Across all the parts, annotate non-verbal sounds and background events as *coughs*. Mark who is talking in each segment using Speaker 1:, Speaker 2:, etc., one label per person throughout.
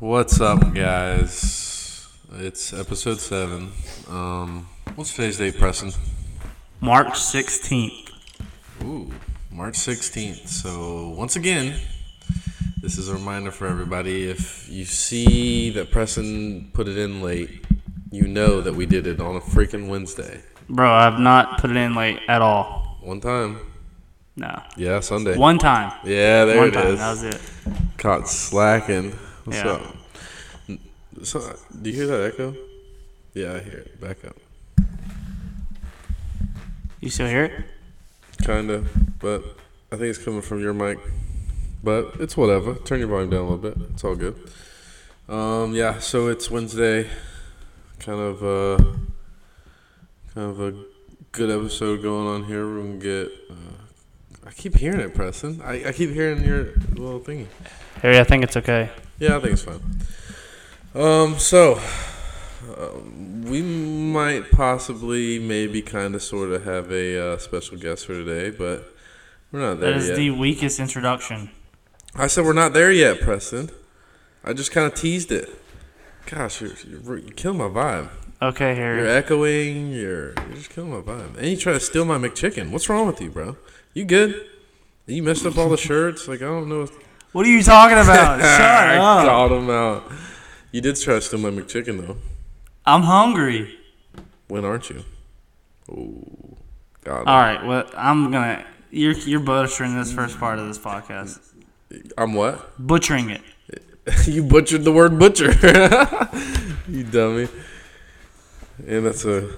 Speaker 1: What's up, guys? It's episode seven. Um, what's today's date, Preston?
Speaker 2: March 16th.
Speaker 1: Ooh, March 16th. So, once again, this is a reminder for everybody. If you see that Preston put it in late, you know that we did it on a freaking Wednesday.
Speaker 2: Bro, I've not put it in late at all.
Speaker 1: One time.
Speaker 2: No.
Speaker 1: Yeah, Sunday.
Speaker 2: One time.
Speaker 1: Yeah, there
Speaker 2: One
Speaker 1: it
Speaker 2: time.
Speaker 1: is.
Speaker 2: That was it.
Speaker 1: Caught slacking. What's
Speaker 2: Yeah.
Speaker 1: up? N- So, do you hear that echo? Yeah, I hear it. Back up.
Speaker 2: You still hear it?
Speaker 1: Kinda, but I think it's coming from your mic. But it's whatever. Turn your volume down a little bit. It's all good. Um, yeah, so it's Wednesday. Kind of uh kind of a good episode going on here. We're gonna get. Uh, I keep hearing it, Preston. I, I keep hearing your little thingy.
Speaker 2: Harry, I think it's okay.
Speaker 1: Yeah, I think it's fine. Um, so um, we might possibly, maybe, kind of, sort of have a uh, special guest for today, but we're not there
Speaker 2: that is
Speaker 1: yet.
Speaker 2: the weakest introduction.
Speaker 1: I said we're not there yet, Preston. I just kind of teased it. Gosh, you're, you're, you killing my vibe.
Speaker 2: Okay,
Speaker 1: You're
Speaker 2: Harry.
Speaker 1: echoing. You're you're just killing my vibe. And you try to steal my McChicken. What's wrong with you, bro? You good? You messed up all the shirts. Like I don't know.
Speaker 2: What are you talking
Speaker 1: *laughs*
Speaker 2: about? Uh, Shut
Speaker 1: I
Speaker 2: up.
Speaker 1: called him out. You did try to steal my McChicken though.
Speaker 2: I'm hungry.
Speaker 1: When aren't you? Oh, God.
Speaker 2: All right, well, I'm going to. You're, you're butchering this first part of this podcast.
Speaker 1: I'm what? *laughs*
Speaker 2: Butchering it.
Speaker 1: you butchered the word butcher. *laughs* you dummy. And that's a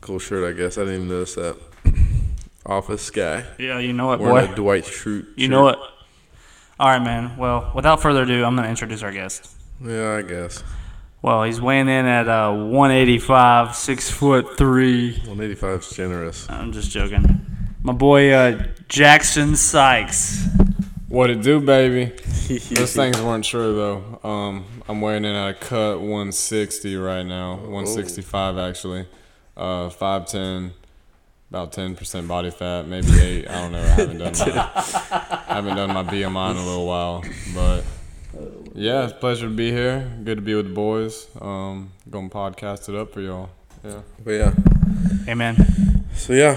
Speaker 1: cool shirt, I guess. I didn't even notice that. *clears throat* Office guy
Speaker 2: Yeah, you know what,
Speaker 1: wearing
Speaker 2: boy?
Speaker 1: a Dwight Schrute.
Speaker 2: You
Speaker 1: shirt.
Speaker 2: know what? All right, man. Well, without further ado, I'm going to introduce our guest.
Speaker 1: Yeah, I guess.
Speaker 2: Well, he's weighing in at uh, 185, six foot three.
Speaker 1: 185 is generous.
Speaker 2: I'm just joking. My boy uh, Jackson Sykes.
Speaker 3: What it do, baby? Those things weren't true though. Um, I'm weighing in at a cut 160 right now, 165 actually. Uh, 5'10", about 10% body fat, maybe eight. I don't know. I haven't done my, I haven't done my BMI in a little while, but yeah, it's a pleasure to be here. Good to be with the boys. Um, gonna podcast it up for y'all. Yeah.
Speaker 1: But yeah.
Speaker 2: Amen.
Speaker 1: So yeah,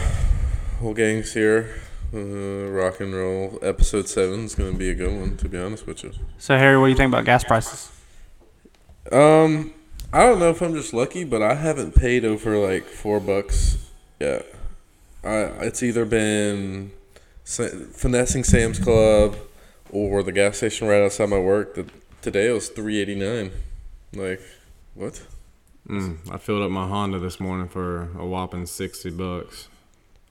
Speaker 1: whole gang's here. Uh, rock and roll. Episode 7 is going to be a good one, to be honest with you.
Speaker 2: So, Harry, what do you think about gas prices?
Speaker 1: Um, I don't know if I'm just lucky, but I haven't paid over like four bucks yet. I it's either been Sa- finessing Sam's Club or the gas station right outside my work. That today it was three eighty nine. Like what?
Speaker 3: Mm, I filled up my Honda this morning for a whopping sixty bucks.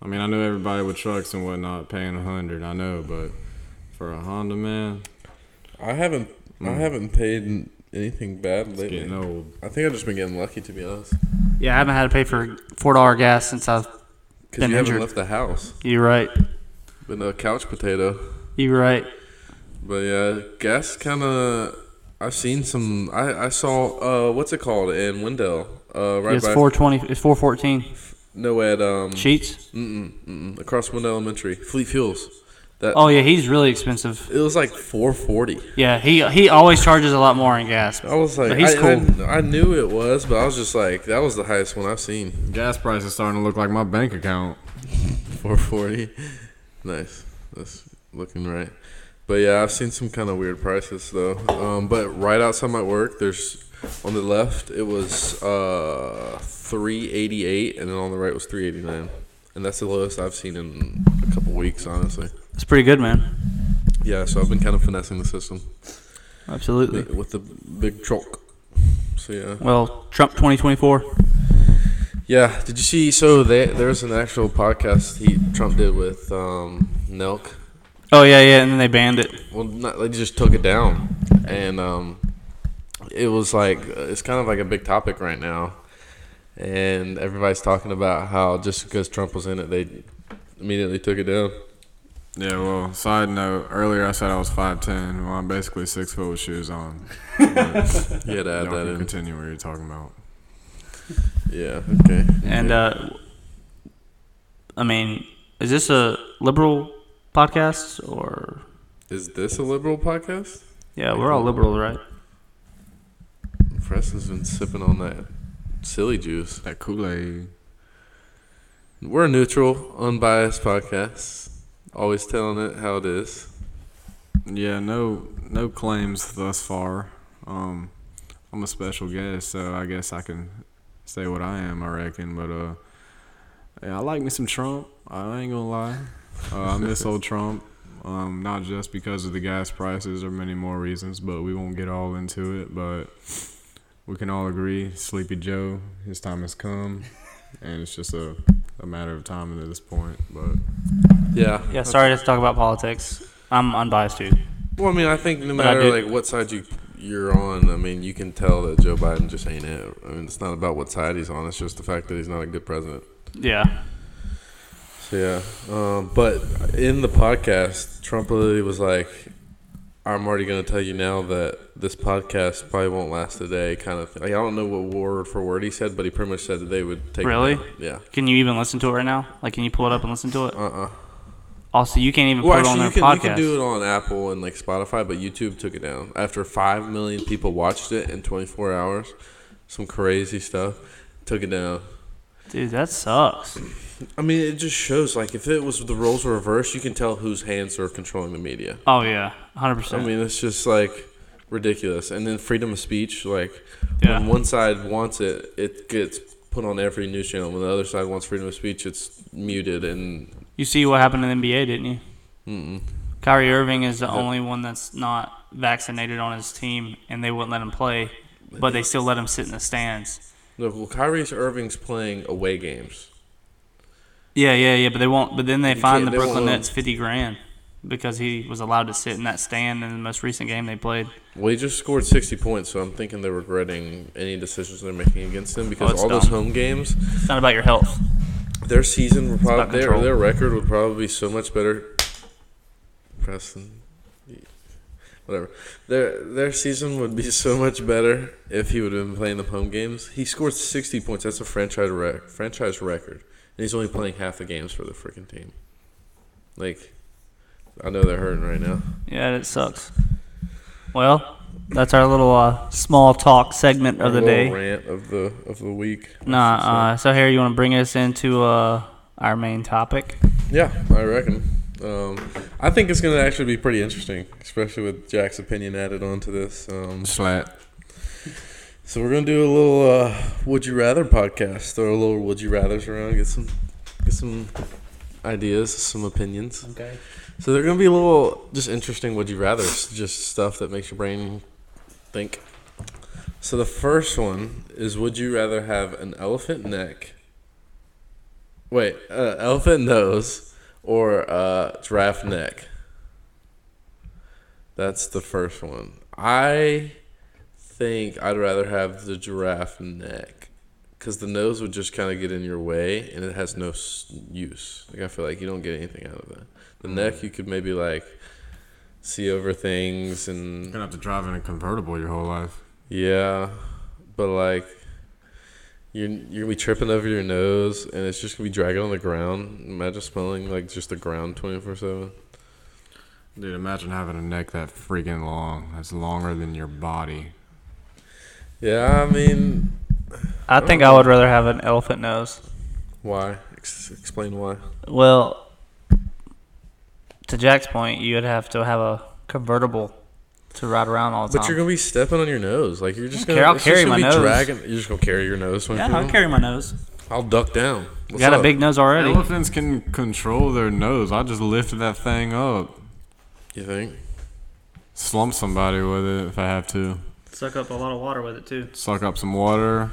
Speaker 3: I mean, I know everybody with trucks and whatnot paying a hundred. I know, but for a Honda, man,
Speaker 1: I haven't I haven't paid anything bad
Speaker 3: Hmm. it's
Speaker 1: lately.
Speaker 3: getting old.
Speaker 1: I think I've just been getting lucky to be honest.
Speaker 2: Yeah, I haven't had to pay for four dollar gas since I've.
Speaker 1: Because
Speaker 2: Been
Speaker 1: you haven't
Speaker 2: injured.
Speaker 1: left the house.
Speaker 2: You right.
Speaker 1: Been a couch potato.
Speaker 2: You right.
Speaker 1: But yeah, gas kind of. I've seen some. I I saw. Uh, what's it called in Wendell? Uh, right
Speaker 2: it's
Speaker 1: by.
Speaker 2: four twenty. It's four fourteen.
Speaker 1: No, at um.
Speaker 2: Sheets.
Speaker 1: Mm-mm, mm-mm, across Wendell Elementary, Fleet Fuels. That
Speaker 2: Oh yeah, he's really expensive.
Speaker 1: it was like four forty.
Speaker 2: Yeah, he he always charges a lot more in gas.
Speaker 1: I was like,
Speaker 2: But he's
Speaker 1: I, I,
Speaker 2: cool.
Speaker 1: I knew it was, but I was just like, that was the highest one I've seen.
Speaker 3: Gas price is starting to look like my bank account.
Speaker 1: Four forty. *laughs* Nice. That's looking right. But yeah, I've seen some kind of weird prices though. Um, but right outside my work, there's on the left it was uh, three eighty eight, and then on the right was three eighty nine, and that's the lowest I've seen in a couple weeks, honestly.
Speaker 2: It's pretty good, man.
Speaker 1: Yeah, so I've been kind of finessing the system
Speaker 2: Absolutely.
Speaker 1: Big- with the big truck. So yeah,
Speaker 2: Well, Trump twenty twenty four.
Speaker 1: yeah. Did you see? So they, there's an actual podcast he Trump did with um, Nelk.
Speaker 2: Oh yeah, yeah, and then they banned it.
Speaker 1: Well, not, they just took it down, and um, it was like it's kind of like a big topic right now, and everybody's talking about how just because Trump was in it, they immediately took it down.
Speaker 3: Yeah. Well, side note. Earlier, I said I was five ten. Well, I'm basically six foot with shoes *laughs* on. But
Speaker 1: You had to add that
Speaker 3: y'all can
Speaker 1: in.
Speaker 3: continue what you're talking about.
Speaker 1: Yeah. Okay.
Speaker 2: And uh, I mean, is this a liberal podcast or
Speaker 1: Is this a liberal podcast?
Speaker 2: yeah? We're all liberals, right?
Speaker 1: Preston's been sipping on that silly juice.
Speaker 3: That Kool Aid.
Speaker 1: We're a neutral, unbiased podcast. Always telling it how it is.
Speaker 3: Yeah, no, no claims thus far. Um, I'm a special guest, so I guess I can say what I am. I reckon, but uh, yeah, I like me some Trump. I ain't gonna lie. Uh, I miss old Trump. Um, not just because of the gas prices or many more reasons, but we won't get all into it. But we can all agree, Sleepy Joe, his time has come, and it's just a, a matter of time at this point. But
Speaker 1: Yeah.
Speaker 2: Yeah, sorry to talk about politics. I'm unbiased too.
Speaker 1: Well, I mean, I think no
Speaker 2: But I
Speaker 1: matter
Speaker 2: did-
Speaker 1: like what side you you're on, I mean, you can tell that Joe Biden just ain't it. I mean, it's not about what side he's on. It's just the fact that he's not a good president.
Speaker 2: Yeah.
Speaker 1: So yeah, um, but in the podcast, Trump literally was like, "I'm already going to tell you now that this podcast probably won't last a day." Kind of. Thing. Like, I don't know what word for word he said, but he pretty much said that they would take. it
Speaker 2: Really?
Speaker 1: down. Yeah.
Speaker 2: Can you even listen to it right now? Like, can you pull it up and listen to it?
Speaker 1: Uh. uh
Speaker 2: Also, you can't even
Speaker 1: Well,
Speaker 2: put it on
Speaker 1: actually,
Speaker 2: their
Speaker 1: you can, you
Speaker 2: podcast.
Speaker 1: can do it on Apple and like Spotify, but YouTube took it down after five million people watched it in 24 hours. Some crazy stuff. Took it down.
Speaker 2: Dude, that sucks.
Speaker 1: I mean, it just shows like if it was the roles were reversed, you can tell whose hands are controlling the media.
Speaker 2: Oh yeah, hundred percent.
Speaker 1: I mean, it's just like ridiculous. And then freedom of speech, like
Speaker 2: Yeah.
Speaker 1: when one side wants it, it gets put on every news channel. When the other side wants freedom of speech, it's muted. And
Speaker 2: you see what happened in the NBA, didn't you?
Speaker 1: mm-mm.
Speaker 2: Kyrie Irving is the only one that's not vaccinated on his team, and they wouldn't let him play, but they still let him sit in the stands.
Speaker 1: look, well, Kyrie Irving's playing away games.
Speaker 2: Yeah, yeah, yeah. But they won't. But then they
Speaker 1: You
Speaker 2: fined the
Speaker 1: can't- they won't
Speaker 2: Brooklyn
Speaker 1: let him-
Speaker 2: Nets fifty grand because he was allowed to sit in that stand in the most recent game they played.
Speaker 1: Well, he just scored 60 points, so I'm thinking they're regretting any decisions they're making against him because
Speaker 2: Oh, it's
Speaker 1: all those
Speaker 2: dumb.
Speaker 1: home games,
Speaker 2: It's not about your health.
Speaker 1: their season would
Speaker 2: about
Speaker 1: probably their,
Speaker 2: control.
Speaker 1: their record would probably be so much better. Preston, whatever. Their their season would be so much better if he would have been playing the home games. He scored sixty points. That's a franchise rec- franchise record, and he's only playing half the games for the freaking team. Like, I know they're hurting right now.
Speaker 2: Yeah, it sucks. Well, that's our little uh, small talk segment of the
Speaker 1: Little
Speaker 2: day.
Speaker 1: rant of the of the week.
Speaker 2: Nah, uh, so Harry, you want to bring us into uh, our main topic?
Speaker 1: Yeah, I reckon. Um, I think it's going to actually be pretty interesting, especially with Jack's opinion added onto this. Um,
Speaker 3: slat.
Speaker 1: so we're going to do a little uh, "Would You Rather" podcast, throw a little "Would You Rather's" around, get some, get some ideas, some opinions.
Speaker 2: Okay.
Speaker 1: So they're going to be a little just interesting "Would You Rather's," just stuff that makes your brain think. So the first one is: Would you rather have an elephant neck? Wait, uh, elephant nose or uh, giraffe neck? That's the first one. I think I'd rather have the giraffe neck because the nose would just kind of get in your way and it has no s- use. Like I feel like you don't get anything out of it. The neck you could maybe like see over things and
Speaker 3: You're gonna have to drive in a convertible your whole life.
Speaker 1: yeah, but like you're you're gonna be tripping over your nose, and it's just gonna be dragging on the ground. Imagine smelling like just the ground twenty four seven.
Speaker 3: Dude, imagine having a neck that freaking long. That's longer than your body.
Speaker 1: Yeah, I mean,
Speaker 2: I think I would rather have an elephant nose.
Speaker 1: why? Ex- explain why.
Speaker 2: Well, to Jack's point, you would have to have a convertible to ride around all the
Speaker 1: But
Speaker 2: time.
Speaker 1: you're gonna be stepping on your nose, like you're just
Speaker 2: don't
Speaker 1: gonna.
Speaker 2: care, I'll
Speaker 1: it's just
Speaker 2: carry
Speaker 1: gonna
Speaker 2: my
Speaker 1: be
Speaker 2: nose.
Speaker 1: Dragging, you're just gonna carry your nose. when
Speaker 2: yeah,
Speaker 1: you
Speaker 2: I'll
Speaker 1: come?
Speaker 2: carry my nose.
Speaker 1: I'll duck down. What's
Speaker 2: Got
Speaker 1: up?
Speaker 2: a big nose already.
Speaker 3: Elephants can control their nose. I just lifted that thing up,
Speaker 1: You think?
Speaker 3: slump somebody with it if I have to,
Speaker 2: Suck up a lot of water with it too.
Speaker 3: suck up some water.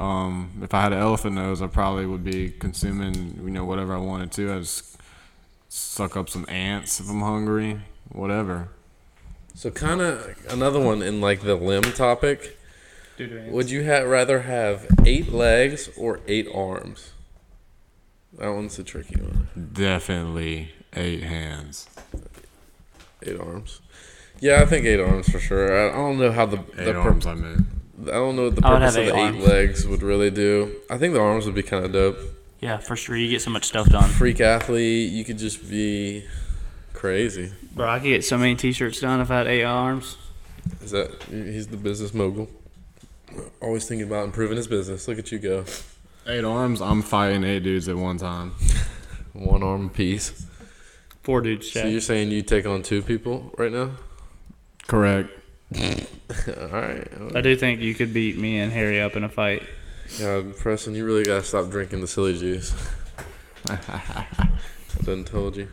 Speaker 3: Um, if I had an elephant nose, I probably would be consuming, you know, whatever I wanted to. I just suck up some ants if I'm hungry, whatever.
Speaker 1: So kind of another one in like the limb topic. Would you ha- rather have eight legs or eight arms? That one's a tricky one.
Speaker 3: Definitely eight hands.
Speaker 1: Eight arms. Yeah, I think eight arms for sure. I I don't know how the,
Speaker 3: Eight
Speaker 1: the pur-
Speaker 3: arms, I meant.
Speaker 1: I don't know what the
Speaker 2: I would
Speaker 1: purpose of
Speaker 2: have
Speaker 1: the
Speaker 2: eight
Speaker 1: eight
Speaker 2: arms.
Speaker 1: legs would really do. I think the arms would be kind of dope.
Speaker 2: Yeah, for sure. You get so much stuff done.
Speaker 1: Freak athlete, you could just be crazy.
Speaker 2: Bro, I could get so many t-shirts done if I had eight arms.
Speaker 1: Is that he's the business mogul? Always thinking about improving his business. Look at you go.
Speaker 3: Eight arms. I'm fighting eight dudes at one time.
Speaker 1: One arm piece.
Speaker 2: Four dudes.
Speaker 1: So you're saying you take on two people right now? *laughs*
Speaker 3: Correct.
Speaker 1: All right.
Speaker 2: I do think you could beat me and Harry up in a fight.
Speaker 1: God, Preston, you really gotta stop drinking the silly
Speaker 2: *laughs*
Speaker 1: juice. I done told you.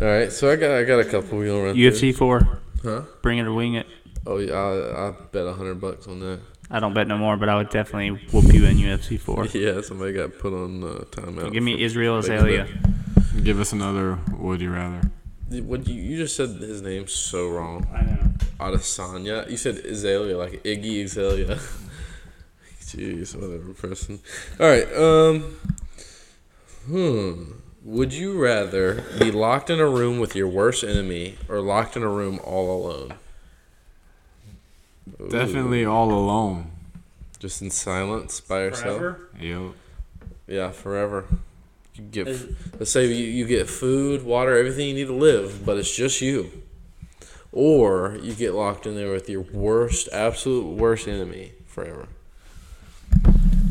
Speaker 1: All right, so I got I got a couple. We gonna run through.
Speaker 2: UFC four.
Speaker 1: huh?
Speaker 2: Bring it or wing it.
Speaker 1: Oh yeah, I, I bet a hundred bucks on that. *laughs*
Speaker 2: I don't bet no more, but I would definitely whoop you in UFC four.
Speaker 1: Yeah, somebody got put on uh, timeout.
Speaker 2: Give me
Speaker 1: for-
Speaker 2: Israel
Speaker 1: Big
Speaker 2: Azalea.
Speaker 3: Give us another. Would you rather?
Speaker 1: What you, you just said his name so wrong.
Speaker 2: I know.
Speaker 1: Adesanya. You said Azalea, like Iggy Azalea. *laughs* Jeez, whatever person. All right. Um. Hmm. Would you rather be locked in a room with your worst enemy or locked in a room all alone? Ooh,
Speaker 3: Definitely all alone.
Speaker 1: Just in silence by yourself.
Speaker 3: Yep.
Speaker 1: Yeah, forever. You get.
Speaker 2: Is-
Speaker 1: let's say you, you get food, water, everything you need to live, but it's just you. Or you get locked in there with your worst, absolute worst enemy forever.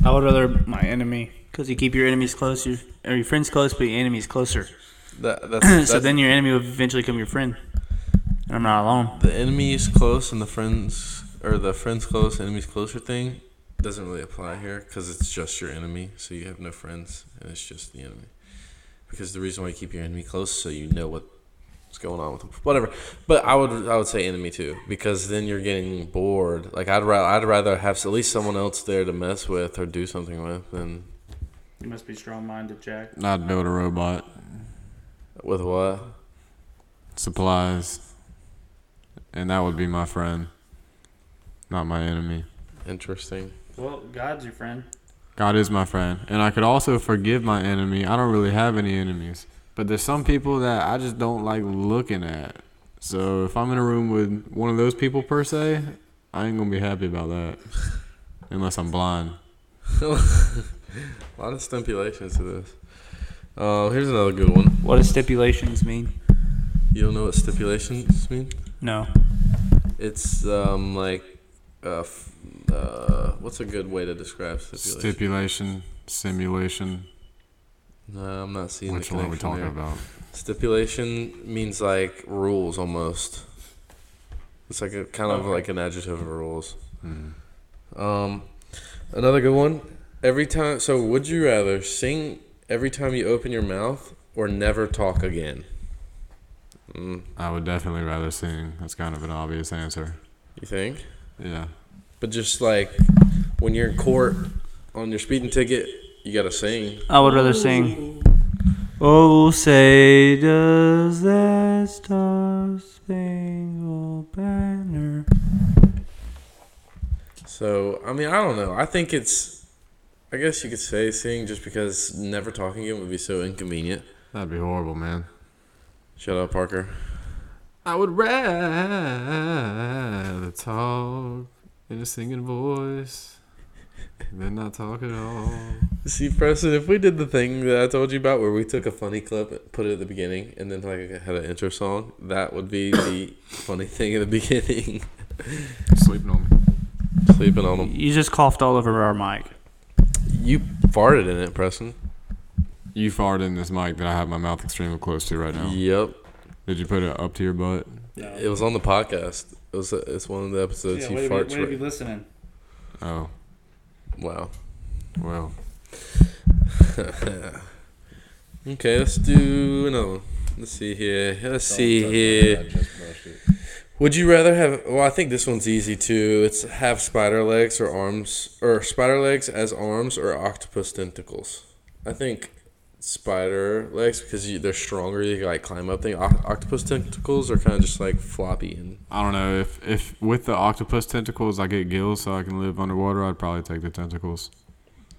Speaker 2: I would rather my enemy because you keep your enemies closer or your friends close, but your enemies closer. *clears throat*
Speaker 1: That, that's,
Speaker 2: so
Speaker 1: that's-
Speaker 2: then your enemy will eventually become your friend. And I'm not alone.
Speaker 1: the enemies close and the friends or the friends close, enemies closer thing doesn't really apply here because it's just your enemy, so you have no friends and it's just the enemy. Because the reason why you keep your enemy close is so you know what what's going on with them. Whatever. But I would I would say enemy too because then you're getting bored. Like I'd rather I'd rather have at least someone else there to mess with or do something with than
Speaker 2: You must be strong-minded, Jack.
Speaker 3: I'd build a robot.
Speaker 1: with what.
Speaker 3: Supplies. And that would be my friend. Not my enemy.
Speaker 1: Interesting. *laughs*
Speaker 2: Well, God's your friend.
Speaker 3: God is my friend. And I could also forgive my enemy. I don't really have any enemies. But there's some people that I just don't like looking at. So if I'm in a room with one of those people per se, I ain't gonna be happy
Speaker 1: *laughs*
Speaker 3: about that. Unless I'm blind.
Speaker 1: A lot of stipulations to this. Uh, here's another good one.
Speaker 2: What does stipulations mean?
Speaker 1: You don't know what stipulations mean?
Speaker 2: No.
Speaker 1: It's um like uh, f- uh what's a good way to describe stipulation?
Speaker 3: Stipulation, simulation.
Speaker 1: no, I'm not seeing
Speaker 3: Which
Speaker 1: the
Speaker 3: one are we
Speaker 1: connection
Speaker 3: talking
Speaker 1: there.
Speaker 3: about?
Speaker 1: Stipulation means like rules almost. It's like a kind of like an adjective of rules. Um, another good one. Every time, so would you rather sing every time you open your mouth or never talk again? Mm,
Speaker 3: I would definitely rather sing. That's kind of an obvious answer.
Speaker 1: you think?
Speaker 3: Yeah.
Speaker 1: But just like when you're in court on your speeding ticket, you gotta sing.
Speaker 2: I would rather sing. Oh, say does that star spangled banner?
Speaker 1: So I mean, I don't know. I think it's. I guess you could say sing just because never talking again would be so inconvenient.
Speaker 3: That'd be horrible, man.
Speaker 1: Shut up, Parker.
Speaker 3: I would rather talk in a singing voice than not talk at all.
Speaker 1: See, Preston, if we did the thing that I told you about, where we took a funny clip, put it at the beginning, and then like had an intro song, that would be *coughs* the funny thing at the beginning.
Speaker 3: Sleeping on me.
Speaker 1: *laughs* Sleeping on them.
Speaker 2: You just coughed all over our mic.
Speaker 1: You farted in it, Preston.
Speaker 3: You farted in this mic that I have my mouth extremely close to right now.
Speaker 1: Yep.
Speaker 3: Did you put it up to your butt?
Speaker 1: It was on the podcast. It was. It's one of the episodes. he farts. right-
Speaker 2: listening?
Speaker 3: Oh,
Speaker 1: Wow.
Speaker 3: well.
Speaker 1: *laughs* Okay, let's do another one. Let's see here. Let's see here. Would you rather have? Well, I think this one's easy too. It's have spider legs or arms, or spider legs as arms or octopus tentacles. I think spider legs because you, they're stronger. You can like climb up. Thing Oc- octopus tentacles are kind of just like floppy and
Speaker 3: I don't know. If, if with the octopus tentacles I get gills so I can live underwater, I'd probably take the tentacles.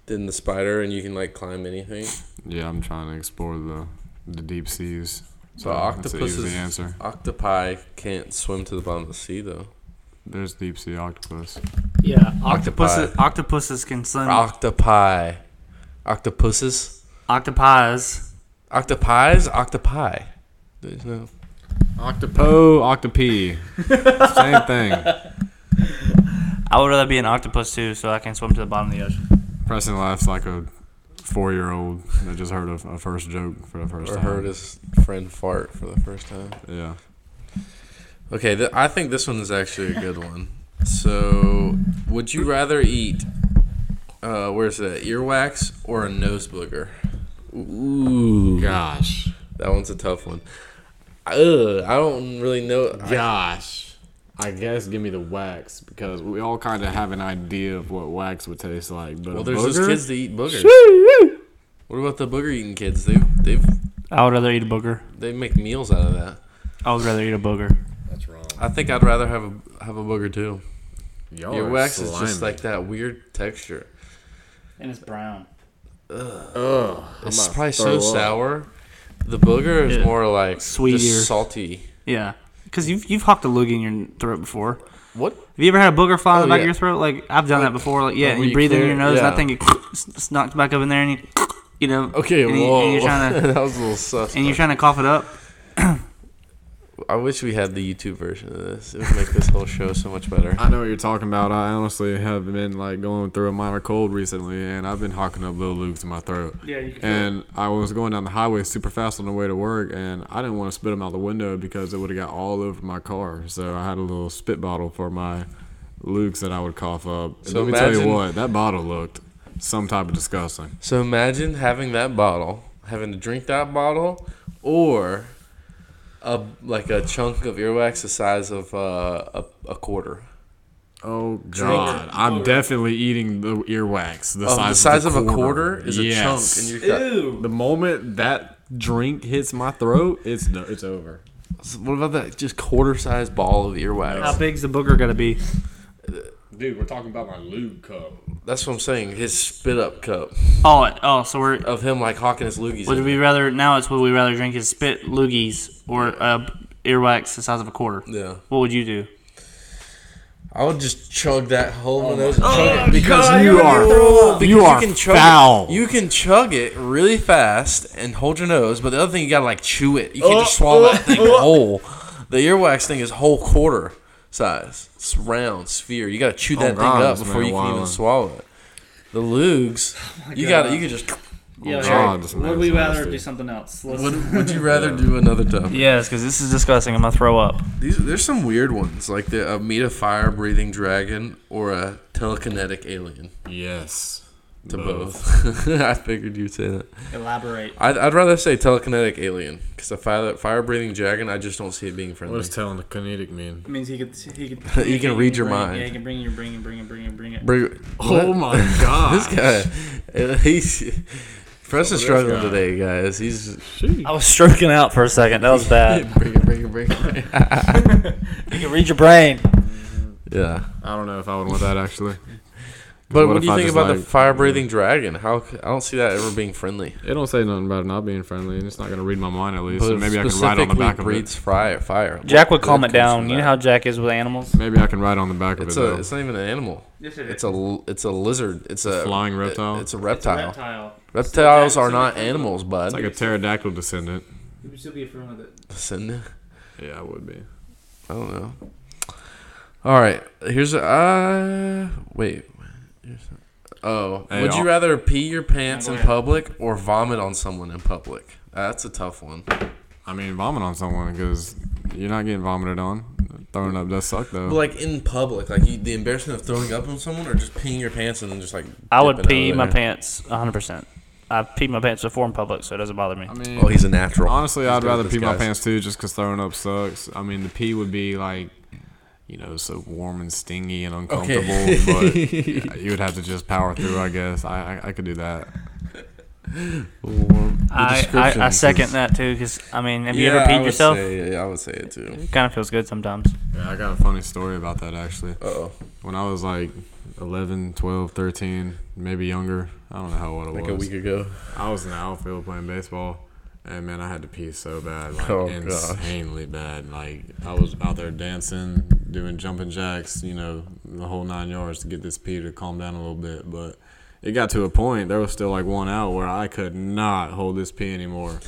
Speaker 1: then the spider and you can like climb anything.
Speaker 3: Yeah, I'm trying to explore the, the deep seas.
Speaker 1: So
Speaker 3: that's an
Speaker 1: octopus
Speaker 3: easy
Speaker 1: is
Speaker 3: answer.
Speaker 1: octopi can't swim to the bottom of the sea though.
Speaker 3: There's deep sea octopus.
Speaker 2: Yeah,
Speaker 1: Octopi.
Speaker 2: octopuses. Octopuses can swim.
Speaker 1: Octopi, octopuses.
Speaker 2: Octopies.
Speaker 1: Octopies? Octopi. There's no.
Speaker 3: Oh. *laughs* Octopo, octopi. Same thing.
Speaker 2: I I would rather be an octopus too, so I can swim to the bottom of the ocean.
Speaker 3: Preston laughs like a four-year-old that just heard a, a first joke for the first
Speaker 1: Or
Speaker 3: time.
Speaker 1: heard his friend fart for the first time.
Speaker 3: Yeah.
Speaker 1: Okay, th- I think this one is actually a good one. So, would you rather eat, uh, where's that, earwax or a nose booger? Ooh.
Speaker 3: Gosh.
Speaker 1: That one's a tough one. Ugh, I don't really know. I-
Speaker 3: Gosh. I guess give me the wax because we all kind of have an idea of what wax would taste like. But
Speaker 1: well,
Speaker 3: a
Speaker 1: there's those
Speaker 3: booger?
Speaker 1: kids that eat boogers. What about the booger eating kids? They they
Speaker 2: I would rather eat a booger.
Speaker 1: they make meals out of that.
Speaker 2: I would rather eat a booger.
Speaker 3: That's wrong.
Speaker 1: I think I'd rather have a have a booger too.
Speaker 3: Y'all are
Speaker 1: Earwax is
Speaker 3: slimy.
Speaker 1: just like that weird texture.
Speaker 2: And it's brown.
Speaker 3: Ugh. I'm
Speaker 1: It's
Speaker 3: about to
Speaker 1: probably
Speaker 3: throw
Speaker 1: so
Speaker 3: up.
Speaker 1: sour. The booger is
Speaker 2: Yeah.
Speaker 1: more like
Speaker 2: Sweeter.
Speaker 1: just salty.
Speaker 2: Yeah, because you've you've hawked a loogie in your throat before.
Speaker 1: What
Speaker 2: Have you ever had a booger fly in
Speaker 1: Oh,
Speaker 2: the back
Speaker 1: yeah.
Speaker 2: of your throat? Like I've done that before. Like yeah,
Speaker 1: where
Speaker 2: and you,
Speaker 1: you
Speaker 2: breathe in
Speaker 1: clear-
Speaker 2: your nose,
Speaker 1: yeah.
Speaker 2: and I think it *laughs* it's knocked back up in there, and you *laughs* you know.
Speaker 1: Okay,
Speaker 2: and you-
Speaker 1: whoa.
Speaker 2: and you're trying to
Speaker 1: *laughs* that was a little sus.
Speaker 2: and you're trying to cough it up.
Speaker 1: I wish we had the YouTube version of this. It would make this whole show so much better.
Speaker 3: I know what you're talking about. I honestly have been like going through a minor cold recently, and I've been hawking up little lubes in my throat.
Speaker 2: Yeah, you can feel
Speaker 3: And I was going down the highway super fast on the way to work, and I didn't want to spit them out the window because it would have got all over my car. So I had a little spit bottle for my lukes that I would cough up. And
Speaker 1: So
Speaker 3: let me tell you
Speaker 1: imagine-
Speaker 3: what, that bottle looked some type of disgusting.
Speaker 1: So imagine having that bottle, having to drink that bottle, or a like a chunk of earwax the size of uh, a, a quarter.
Speaker 3: Oh God! I'm definitely eating the earwax. The,
Speaker 1: Oh,
Speaker 3: size,
Speaker 1: the size
Speaker 3: of,
Speaker 1: a quarter is
Speaker 3: Yes.
Speaker 1: a chunk in your gut.
Speaker 3: The moment that drink hits my throat, it's no, it's over.
Speaker 1: So What about that just quarter size ball of
Speaker 2: How
Speaker 1: earwax?
Speaker 2: big's the booger gotta be?
Speaker 3: Dude, we're talking about my lube cup.
Speaker 1: That's what I'm saying. His spit up cup
Speaker 2: Oh, it- oh, so we're
Speaker 1: of him like hawking his loogies.
Speaker 2: would
Speaker 1: in.
Speaker 2: we rather now? It's would we rather drink is spit loogies or uh, earwax the size of a quarter?
Speaker 1: yeah.
Speaker 2: What would you do?
Speaker 1: I would just chug that whole nose and chug it Oh because
Speaker 3: God, Oh, you are-
Speaker 1: because
Speaker 3: you are
Speaker 1: chug
Speaker 3: foul.
Speaker 1: It, you can chug it really fast and hold your nose, but the other thing you gotta like chew it. You can't just
Speaker 3: Oh,
Speaker 1: swallow that thing whole. The earwax thing is whole quarter size. It's round sphere. You gotta chew that thing
Speaker 3: Oh God,
Speaker 1: up
Speaker 3: this
Speaker 1: before
Speaker 3: man
Speaker 1: you can even
Speaker 3: wildin'.
Speaker 1: swallow it. The lugs,
Speaker 3: Oh
Speaker 1: you gotta you can
Speaker 3: *laughs*
Speaker 1: just. Oh,
Speaker 2: Yeah,
Speaker 3: God, Eric, this would man's we rather nasty. do
Speaker 2: something else?
Speaker 1: Would, would you rather do another topic?
Speaker 2: Yes, because this is disgusting. I'm gonna throw up.
Speaker 1: These there's some weird ones like the uh, meet a fire breathing dragon or a telekinetic alien.
Speaker 3: Yes.
Speaker 1: to both. *laughs* I figured you'd say that.
Speaker 2: Elaborate.
Speaker 1: I'd, I'd rather say telekinetic alien because a fire fire breathing dragon. I just don't see it being
Speaker 3: What
Speaker 1: friendly.
Speaker 3: does telling the kinetic mean?
Speaker 2: It means he could. He
Speaker 1: *laughs*
Speaker 2: could.
Speaker 1: He can read your
Speaker 2: bring-
Speaker 1: mind.
Speaker 2: Yeah, he can bring your bring and bring and bring and bring it.
Speaker 1: Bro,
Speaker 3: Oh
Speaker 1: what? *laughs*
Speaker 3: my god.
Speaker 1: This guy, uh, he's Preston's
Speaker 3: Oh, this
Speaker 1: struggling
Speaker 3: guy.
Speaker 1: today, guys. He's
Speaker 2: I was stroking out for a second. That was
Speaker 1: *laughs*
Speaker 2: bad.
Speaker 1: bring it, bring it, bring it.
Speaker 2: he can read your brain.
Speaker 1: yeah.
Speaker 3: *laughs* I don't know if I would want that actually.
Speaker 1: But
Speaker 3: what
Speaker 1: what,
Speaker 3: if
Speaker 1: do you
Speaker 3: I
Speaker 1: think
Speaker 3: just,
Speaker 1: about the
Speaker 3: like-
Speaker 1: fire breathing dragon? How c- I don't see that ever being friendly.
Speaker 3: It don't say nothing about it not being friendly, and it's not gonna read my mind at least.
Speaker 1: But
Speaker 3: so
Speaker 1: it
Speaker 3: maybe I can write on the
Speaker 1: specifically
Speaker 3: back of it.
Speaker 1: breeds fire. Fire.
Speaker 2: Jack would
Speaker 1: Good
Speaker 2: calm it
Speaker 1: comes
Speaker 2: down.
Speaker 1: from
Speaker 2: You know
Speaker 1: that.
Speaker 2: how Jack is with animals.
Speaker 3: Maybe I can write on the back
Speaker 1: It's
Speaker 3: of it.
Speaker 1: a.
Speaker 3: though.
Speaker 1: It's not even an animal.
Speaker 2: Yes, it is.
Speaker 1: It's a. l- It's a lizard. It's a
Speaker 3: flying reptile?
Speaker 1: It's a reptile. Reptiles are not animals, bud.
Speaker 3: It's like a pterodactyl descendant.
Speaker 2: You would still be a friend with it.
Speaker 1: Listen,
Speaker 3: Yeah, I would be.
Speaker 1: I don't know. All right, here's a uh, wait. Here's a- Oh,
Speaker 3: Hey,
Speaker 1: would you
Speaker 3: I'll-
Speaker 1: rather pee your pants
Speaker 2: Go
Speaker 1: in
Speaker 2: ahead.
Speaker 1: public or vomit on someone in public? That's a tough one.
Speaker 3: I mean, vomit on someone because you're not getting vomited on. Throwing up does suck though.
Speaker 1: But like in public, like you, the embarrassment of throwing up on someone or just peeing your pants and then just like.
Speaker 2: I would
Speaker 1: dipping out
Speaker 2: pee
Speaker 1: of
Speaker 2: my
Speaker 1: there.
Speaker 2: pants 100. percent I peed my pants before in public, so it doesn't bother me.
Speaker 3: I mean,
Speaker 1: Oh, he's a natural.
Speaker 3: Honestly,
Speaker 1: He's
Speaker 3: I'd
Speaker 1: good
Speaker 3: rather
Speaker 1: with
Speaker 3: pee my
Speaker 1: disguise.
Speaker 3: pants too, just 'cause throwing up sucks. I mean, the pee would be like, you know, so warm and stingy and uncomfortable.
Speaker 1: *laughs*
Speaker 3: But yeah, you would have to just power through, I guess. I I, I could do that.
Speaker 1: Warm- the
Speaker 2: I,
Speaker 1: description
Speaker 2: I, I second
Speaker 1: is-
Speaker 2: that too, because I mean, have you
Speaker 1: Yeah,
Speaker 2: ever
Speaker 1: I
Speaker 2: peed
Speaker 1: would
Speaker 2: yourself?
Speaker 1: say- yeah, I would say it too.
Speaker 2: It kind of feels good sometimes.
Speaker 3: Yeah, I got a funny story about that actually.
Speaker 1: Uh oh,
Speaker 3: When I was like 11, 12, 13, maybe younger. I don't know how old it
Speaker 1: like
Speaker 3: was.
Speaker 1: a week ago.
Speaker 3: I was in the outfield playing baseball, and man, I had to pee so bad, like
Speaker 1: Oh, gosh.
Speaker 3: insanely bad. Like I was out there dancing, doing jumping jacks, you know, the whole nine yards to get this pee to calm down a little bit. But it got to a point there was still like one out where I could not hold this pee anymore.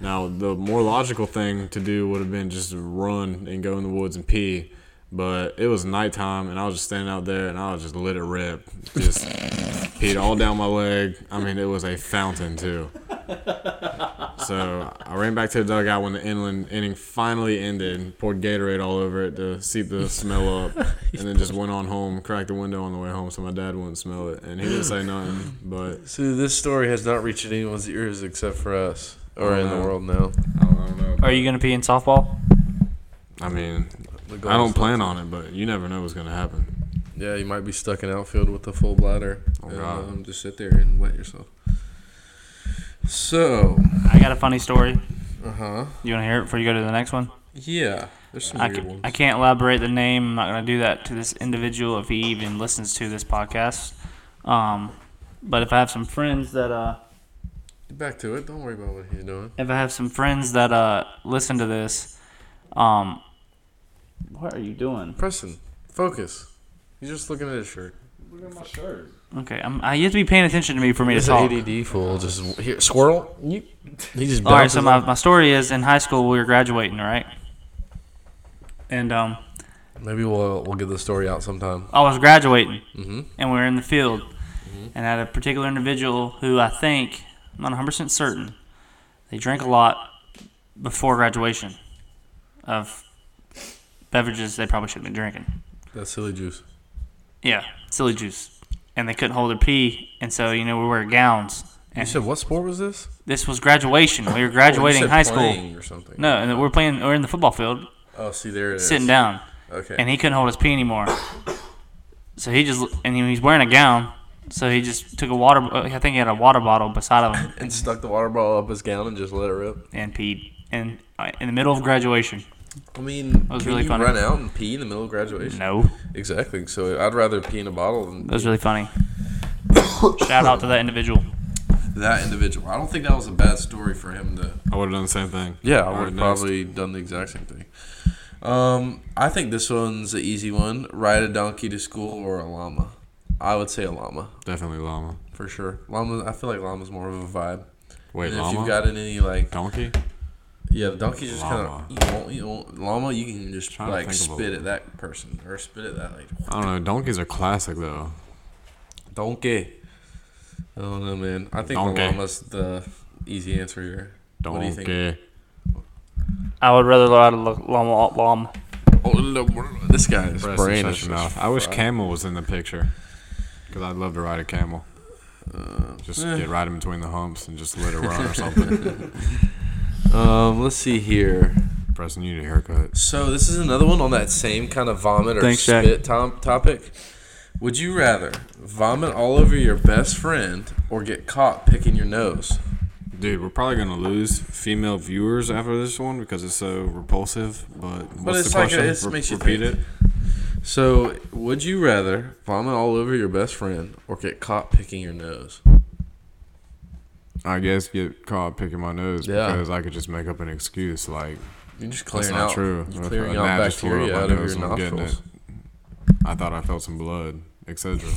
Speaker 3: Now the more logical thing to do would have been just run and go in the woods and pee. But it was nighttime, and I was just standing out there, and I was just let it rip, just peed all down my leg. I mean, it was a fountain too. So I ran back to the dugout when the inland inning finally ended. Poured Gatorade all over it to seep the smell up, and then just went on home. Cracked the window on the way home so my dad wouldn't smell it, and he didn't say nothing. But
Speaker 1: So this story has not reached anyone's ears except for us, or
Speaker 3: Oh,
Speaker 1: in the
Speaker 3: no.
Speaker 1: world now.
Speaker 3: I don't, I don't know.
Speaker 2: Are you gonna pee in softball?
Speaker 3: I mean,
Speaker 1: The
Speaker 3: I don't
Speaker 1: goals-
Speaker 3: plan on it, but you never know what's gonna happen.
Speaker 1: Yeah, you might be stuck in outfield with a full bladder.
Speaker 3: Oh,
Speaker 1: and,
Speaker 3: God.
Speaker 1: um, just sit there and wet yourself. So,
Speaker 2: I got a funny story.
Speaker 1: uh huh.
Speaker 2: You wanna hear it before you go to the next one?
Speaker 1: Yeah, there's some
Speaker 2: I,
Speaker 1: weird
Speaker 2: ca-
Speaker 1: ones.
Speaker 2: I can't elaborate the name. I'm not going to do that to this individual if he even listens to this podcast. Um, but if I have some friends that uh,
Speaker 1: Get back to it. Don't worry about what he's doing.
Speaker 2: if I have some friends that uh, listen to this, um, what are you doing?
Speaker 1: Preston, focus. He's just looking at his shirt.
Speaker 3: Look at my shirt.
Speaker 2: Okay, I'm, I you have to be paying attention to me for me to
Speaker 1: This
Speaker 2: talk.
Speaker 1: ADD fool just here squirrel. You, he just
Speaker 2: All right, so
Speaker 1: bounces
Speaker 2: my,
Speaker 1: off-
Speaker 2: my story is in high school we were graduating, right? And um,
Speaker 1: Maybe we'll uh, we'll get the story out sometime.
Speaker 2: I was graduating.
Speaker 1: Mm-hmm.
Speaker 2: and we were in the field and had a particular individual who I think, I'm not 100% certain, they drank a lot before graduation of beverages they probably shouldn't be drinking.
Speaker 1: That's silly juice.
Speaker 2: Yeah, silly juice. And they couldn't hold their pee, and so, you know, we wear gowns.
Speaker 1: You
Speaker 2: And
Speaker 1: said what sport was this?
Speaker 2: this was graduation. We were
Speaker 1: Oh, you
Speaker 2: graduating
Speaker 1: said
Speaker 2: high school.
Speaker 1: playing or something.
Speaker 2: No, and we're playing, we're in the football field,
Speaker 1: Oh, see there it is.
Speaker 2: sitting down.
Speaker 1: Okay.
Speaker 2: and he couldn't hold his pee anymore. So he just and he was wearing a gown. So he just took a water. I think he had a water bottle beside of him
Speaker 1: *coughs* and stuck the water ball up his gown and just let it rip.
Speaker 2: and peed. And uh, in the middle of graduation,
Speaker 1: I mean,
Speaker 2: was
Speaker 1: can
Speaker 2: really
Speaker 1: you
Speaker 2: funny.
Speaker 1: run out and pee in the middle of graduation?
Speaker 2: no,
Speaker 1: Exactly. So I'd rather pee in a bottle than
Speaker 2: that was really funny. Shout out to that individual.
Speaker 1: that individual. I don't think that was a bad story for him to.
Speaker 3: I would have done the same thing.
Speaker 1: Yeah, I
Speaker 3: All
Speaker 1: would have
Speaker 3: right,
Speaker 1: probably done the exact same thing. Um, I think this one's the easy one: ride a donkey to school or a llama. I would say a llama
Speaker 3: Definitely llama.
Speaker 1: for sure. Llama. I feel like llama's more of a vibe.
Speaker 3: Wait,
Speaker 1: and if
Speaker 3: llama?
Speaker 1: you've got any like
Speaker 3: Donkey?
Speaker 1: Yeah, the donkey just kind
Speaker 3: Llama.
Speaker 1: of you won't, you won't, llama. You can just
Speaker 3: Trying to
Speaker 1: like
Speaker 3: think of a-
Speaker 1: spit at that person or spit at that like
Speaker 3: I don't know. Donkeys are classic though.
Speaker 1: donkey. I don't know, man. I think
Speaker 3: Donkey.
Speaker 1: the llama's the easy answer here. What do you think?
Speaker 3: Donkey.
Speaker 2: I would rather ride a lo- llama. llama.
Speaker 1: Oh, look, this guy's
Speaker 3: Preston,
Speaker 1: brain
Speaker 3: shut
Speaker 1: is
Speaker 3: your
Speaker 1: just
Speaker 3: mouth. I wish
Speaker 1: fried.
Speaker 3: camel was in the picture. Because I'd love to ride a camel. Just
Speaker 1: eh.
Speaker 3: get right in between the humps and just let it run
Speaker 1: *laughs*
Speaker 3: or something.
Speaker 1: Um, let's see here.
Speaker 3: Preston, you need a haircut.
Speaker 1: So this is another one on that same kind of vomit or
Speaker 2: Thanks, Shaq.
Speaker 1: spit tom- topic. Would you rather vomit all over your best friend or get caught picking your nose?
Speaker 3: Dude, we're probably gonna lose female viewers after this one because it's so repulsive. But what's
Speaker 1: it's
Speaker 3: the
Speaker 1: like a-
Speaker 3: question?
Speaker 1: it's- makes you
Speaker 3: repeat
Speaker 1: think.
Speaker 3: it.
Speaker 1: So, would you rather vomit all over your best friend or get caught picking your nose?
Speaker 3: I guess get caught picking my nose
Speaker 1: Yeah.
Speaker 3: because I could just make up an excuse like
Speaker 1: You're just
Speaker 3: that's
Speaker 1: clearing out,
Speaker 3: not true.
Speaker 1: you're
Speaker 3: If
Speaker 1: clearing
Speaker 3: a
Speaker 1: out
Speaker 3: gnat just flew
Speaker 1: bacteria
Speaker 3: up my
Speaker 1: out of
Speaker 3: nose,
Speaker 1: your
Speaker 3: I'm getting
Speaker 1: nostrils,
Speaker 3: it. I thought I felt some blood, etc.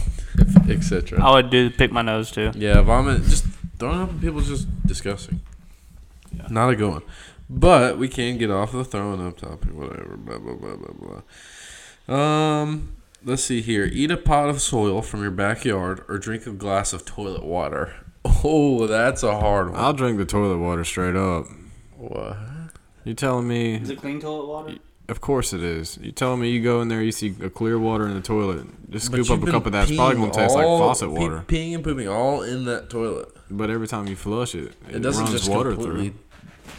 Speaker 1: etc.
Speaker 2: I would do pick my nose too.
Speaker 1: Yeah, vomit. Just throwing up on people is just disgusting. Not a good one. But we can get off the throwing up topic, whatever. Blah blah blah blah blah. Um, let's see here. Eat a pot of soil from your backyard, or drink a glass of toilet water. *laughs* Oh, that's a hard one.
Speaker 3: I'll drink the toilet water straight up.
Speaker 1: What?
Speaker 3: You telling me?
Speaker 2: it clean toilet water?
Speaker 3: Of course it is. You telling me you go in there, you see a clear water in the toilet, just
Speaker 1: But
Speaker 3: scoop
Speaker 1: you've
Speaker 3: up a
Speaker 1: been
Speaker 3: cup of that. It's probably
Speaker 1: peeing
Speaker 3: gonna taste like
Speaker 1: all-
Speaker 3: faucet
Speaker 1: pe-
Speaker 3: water.
Speaker 1: peeing and pooping all in that toilet.
Speaker 3: But every time you flush it, it,
Speaker 1: It doesn't
Speaker 3: runs
Speaker 1: just
Speaker 3: water
Speaker 1: completely.
Speaker 3: through.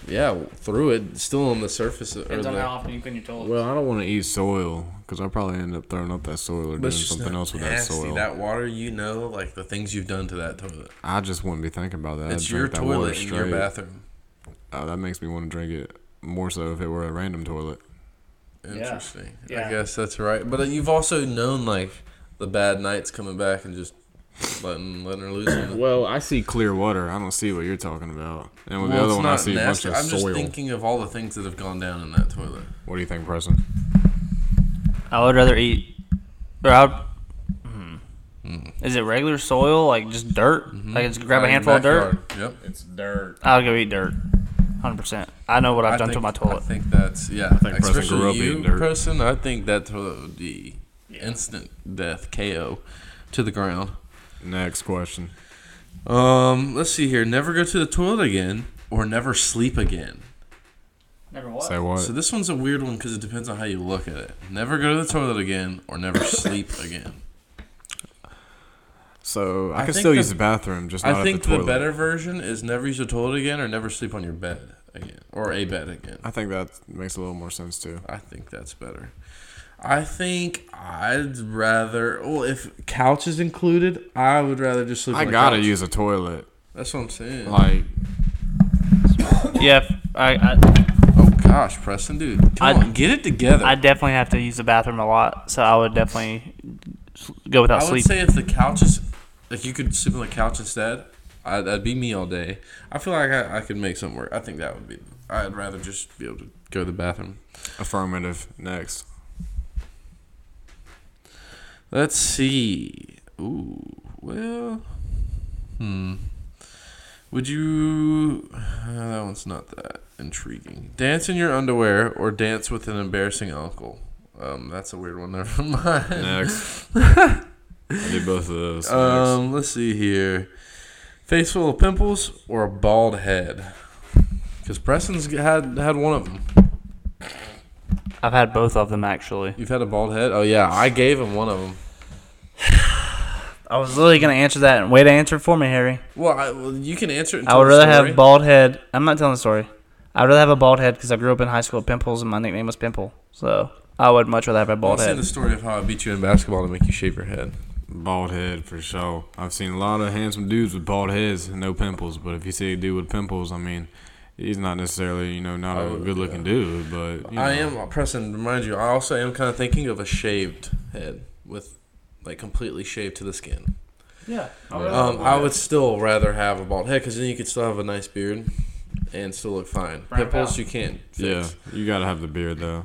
Speaker 1: Yeah, through it, still on the surface. Or the-
Speaker 2: often you clean your toilet.
Speaker 3: Well, I don't want to eat soil because I probably end up throwing up that soil or
Speaker 1: But
Speaker 3: doing
Speaker 1: it's just
Speaker 3: something
Speaker 1: not
Speaker 3: else with
Speaker 1: nasty.
Speaker 3: that soil.
Speaker 1: That water, you know, like the things you've done to that toilet.
Speaker 3: I just wouldn't be thinking about that. I'd
Speaker 1: it's your
Speaker 3: drink that water
Speaker 1: toilet in your
Speaker 3: straight.
Speaker 1: bathroom.
Speaker 3: Oh, that makes me want to drink it more so if it were a random toilet.
Speaker 1: Interesting. I
Speaker 2: Yeah.
Speaker 1: guess that's right. But uh, you've also known like the bad nights coming back and just letting letting her loose. on the-
Speaker 3: Well, I see clear water. I don't see what you're talking about. And with
Speaker 1: Well, it's
Speaker 3: the other one, I
Speaker 1: not
Speaker 3: see
Speaker 1: nasty.
Speaker 3: a bunch
Speaker 1: I'm
Speaker 3: of
Speaker 1: just
Speaker 3: soil.
Speaker 1: thinking of all the things that have gone down in that toilet.
Speaker 3: What do you think, Preston?
Speaker 2: I would rather eat. Or I would,
Speaker 1: Hmm.
Speaker 2: Is it regular
Speaker 1: Mm-hmm.
Speaker 2: soil, like just dirt? Like just grab a
Speaker 1: Like
Speaker 2: handful of dirt.
Speaker 1: backyard. Yep.
Speaker 3: It's dirt.
Speaker 2: I would go eat dirt. hundred percent. I know what I've
Speaker 1: I
Speaker 2: done
Speaker 1: think-
Speaker 2: to my toilet.
Speaker 1: I think that's yeah.
Speaker 4: think Preston
Speaker 1: Especially
Speaker 4: grew up
Speaker 1: you,
Speaker 4: eating dirt.
Speaker 1: person. I think that's uh, the instant death KO to the ground.
Speaker 3: Next question.
Speaker 1: Um, let's see here. Never go to the toilet again, or never sleep again.
Speaker 2: Never what?
Speaker 3: Say what?
Speaker 1: So this one's a weird one because it depends on how you look at it. Never go to the toilet again, or never sleep again.
Speaker 3: So I,
Speaker 1: I
Speaker 3: can
Speaker 1: think
Speaker 3: still
Speaker 1: the-
Speaker 3: use the bathroom, just not
Speaker 1: I think
Speaker 3: at the
Speaker 1: the,
Speaker 3: toilet.
Speaker 1: better version is never use the toilet again, or never sleep on your bed again, or a bed again.
Speaker 3: I think that makes a little more sense too.
Speaker 1: I think that's better. I think I'd rather. Well, if couch is included, I would rather just sleep.
Speaker 3: I
Speaker 1: on the
Speaker 3: gotta
Speaker 1: couch.
Speaker 3: use a toilet.
Speaker 1: That's what I'm saying.
Speaker 3: Like
Speaker 2: Yeah, I, I
Speaker 1: oh gosh, Preston, dude, come
Speaker 2: I-
Speaker 1: on, get it together.
Speaker 2: I
Speaker 1: I,
Speaker 2: definitely have to use the bathroom a lot, so I would definitely go without
Speaker 1: would
Speaker 2: sleep.
Speaker 1: say if the couch is, like, you could sleep on the couch instead. I, that'd be me all day. I feel like I, I could make something work. I think that would be. I'd rather just be able to go to the bathroom.
Speaker 3: affirmative. Next.
Speaker 1: Let's see. Ooh, well, hmm. Would you? Uh, that one's not that intriguing. Dance in your underwear or dance with an embarrassing uncle. Um, that's a weird one. *laughs* Never mind.
Speaker 3: Next.
Speaker 1: *laughs*
Speaker 3: I did both of those. Next.
Speaker 1: Um, let's see here. Face full of pimples or a bald head? Because Preston's g- had had one of them.
Speaker 2: I've had both of them actually.
Speaker 1: You've had a bald head. Oh yeah, I gave him one of them.
Speaker 2: I was literally gonna answer that and wait to answer it for me, Harry.
Speaker 1: Well, I, well you can answer it. and
Speaker 2: I
Speaker 1: tell
Speaker 2: would
Speaker 1: the
Speaker 2: rather
Speaker 1: story.
Speaker 2: have bald head. I'm not telling the story. I'd rather have a bald head because I grew up in high school with pimples and my nickname was Pimple. So I would much rather have a bald
Speaker 1: I've seen
Speaker 2: head.
Speaker 1: the story of how I beat you in basketball to make you shave your head.
Speaker 3: Bald head for sure. I've seen a lot of handsome dudes with bald heads and no pimples, but if you see a dude with pimples, I mean, he's not necessarily you know not
Speaker 1: Oh,
Speaker 3: a good looking dude, but you
Speaker 1: I
Speaker 3: know.
Speaker 1: am Preston. Remind you, I also am kind of thinking of a shaved head with like completely shaved to the skin.
Speaker 2: Yeah.
Speaker 1: Um, I would still rather have a bald head because then you could still have a nice beard and still look fine.
Speaker 2: Right
Speaker 1: pimples
Speaker 2: about.
Speaker 1: you can't.
Speaker 3: Yeah,
Speaker 1: Fix.
Speaker 3: you gotta have the beard though.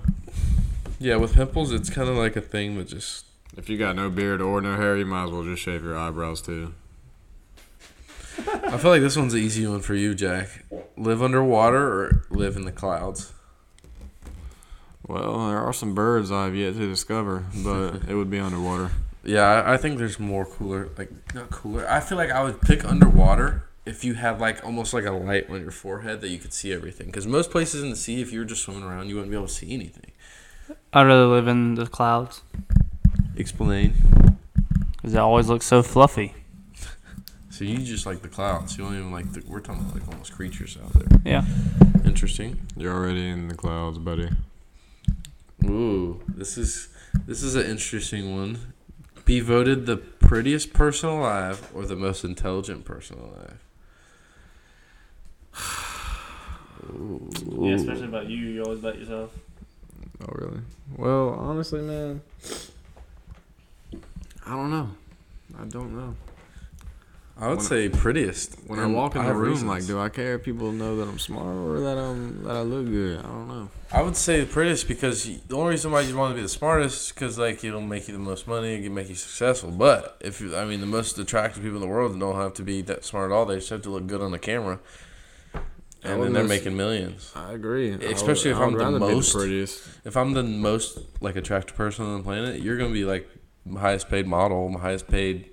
Speaker 1: Yeah, yeah. With pimples, it's kind of like a thing that just.
Speaker 3: If you got no beard or no hair, you might as well just shave your eyebrows too.
Speaker 1: I feel like this one's an easy one for you, Jack. Live underwater or live in the clouds.
Speaker 3: Well, there are some birds I have yet to discover,
Speaker 1: *laughs*
Speaker 3: but it would be underwater.
Speaker 1: Yeah, I, I think there's more cooler, like not cooler. I feel like I would pick underwater if you had like almost like a light on your forehead that you could see everything. Because most places in the sea, if you were just swimming around, you wouldn't be able to see anything.
Speaker 2: I'd rather live in the clouds
Speaker 1: Explain.
Speaker 2: because it always looks so fluffy.
Speaker 1: So you just like the clouds. You don't even like the. We're talking about like almost creatures out there.
Speaker 2: Yeah.
Speaker 1: Interesting.
Speaker 3: You're already in the clouds, buddy.
Speaker 1: Ooh, this is this is an interesting one. Be voted the prettiest person alive or the most intelligent person alive. Ooh.
Speaker 2: about you. You always bet yourself.
Speaker 3: Oh, really? Well, honestly, man, I don't know. I don't know.
Speaker 1: I would
Speaker 3: When I-
Speaker 1: say prettiest.
Speaker 3: When I
Speaker 1: and
Speaker 3: walk in
Speaker 1: I
Speaker 3: the
Speaker 1: have
Speaker 3: room,
Speaker 1: reasons.
Speaker 3: like, do I care if people know that I'm smart or that I'm that I look good? I don't know.
Speaker 1: I would say the prettiest because you- the only reason why you want to be the smartest is because like it'll make you the most money, it'll make you successful. But if you, I mean, the most attractive people in the world don't have to be that smart at all. They just have to look good on the camera,
Speaker 3: I
Speaker 1: and
Speaker 3: would
Speaker 1: then they're
Speaker 3: miss-
Speaker 1: making millions.
Speaker 3: I agree.
Speaker 1: Especially if I'm the
Speaker 3: rather be
Speaker 1: most-
Speaker 3: prettiest.
Speaker 1: If I'm the most like attractive person on the planet, you're gonna be like my highest paid model, my highest paid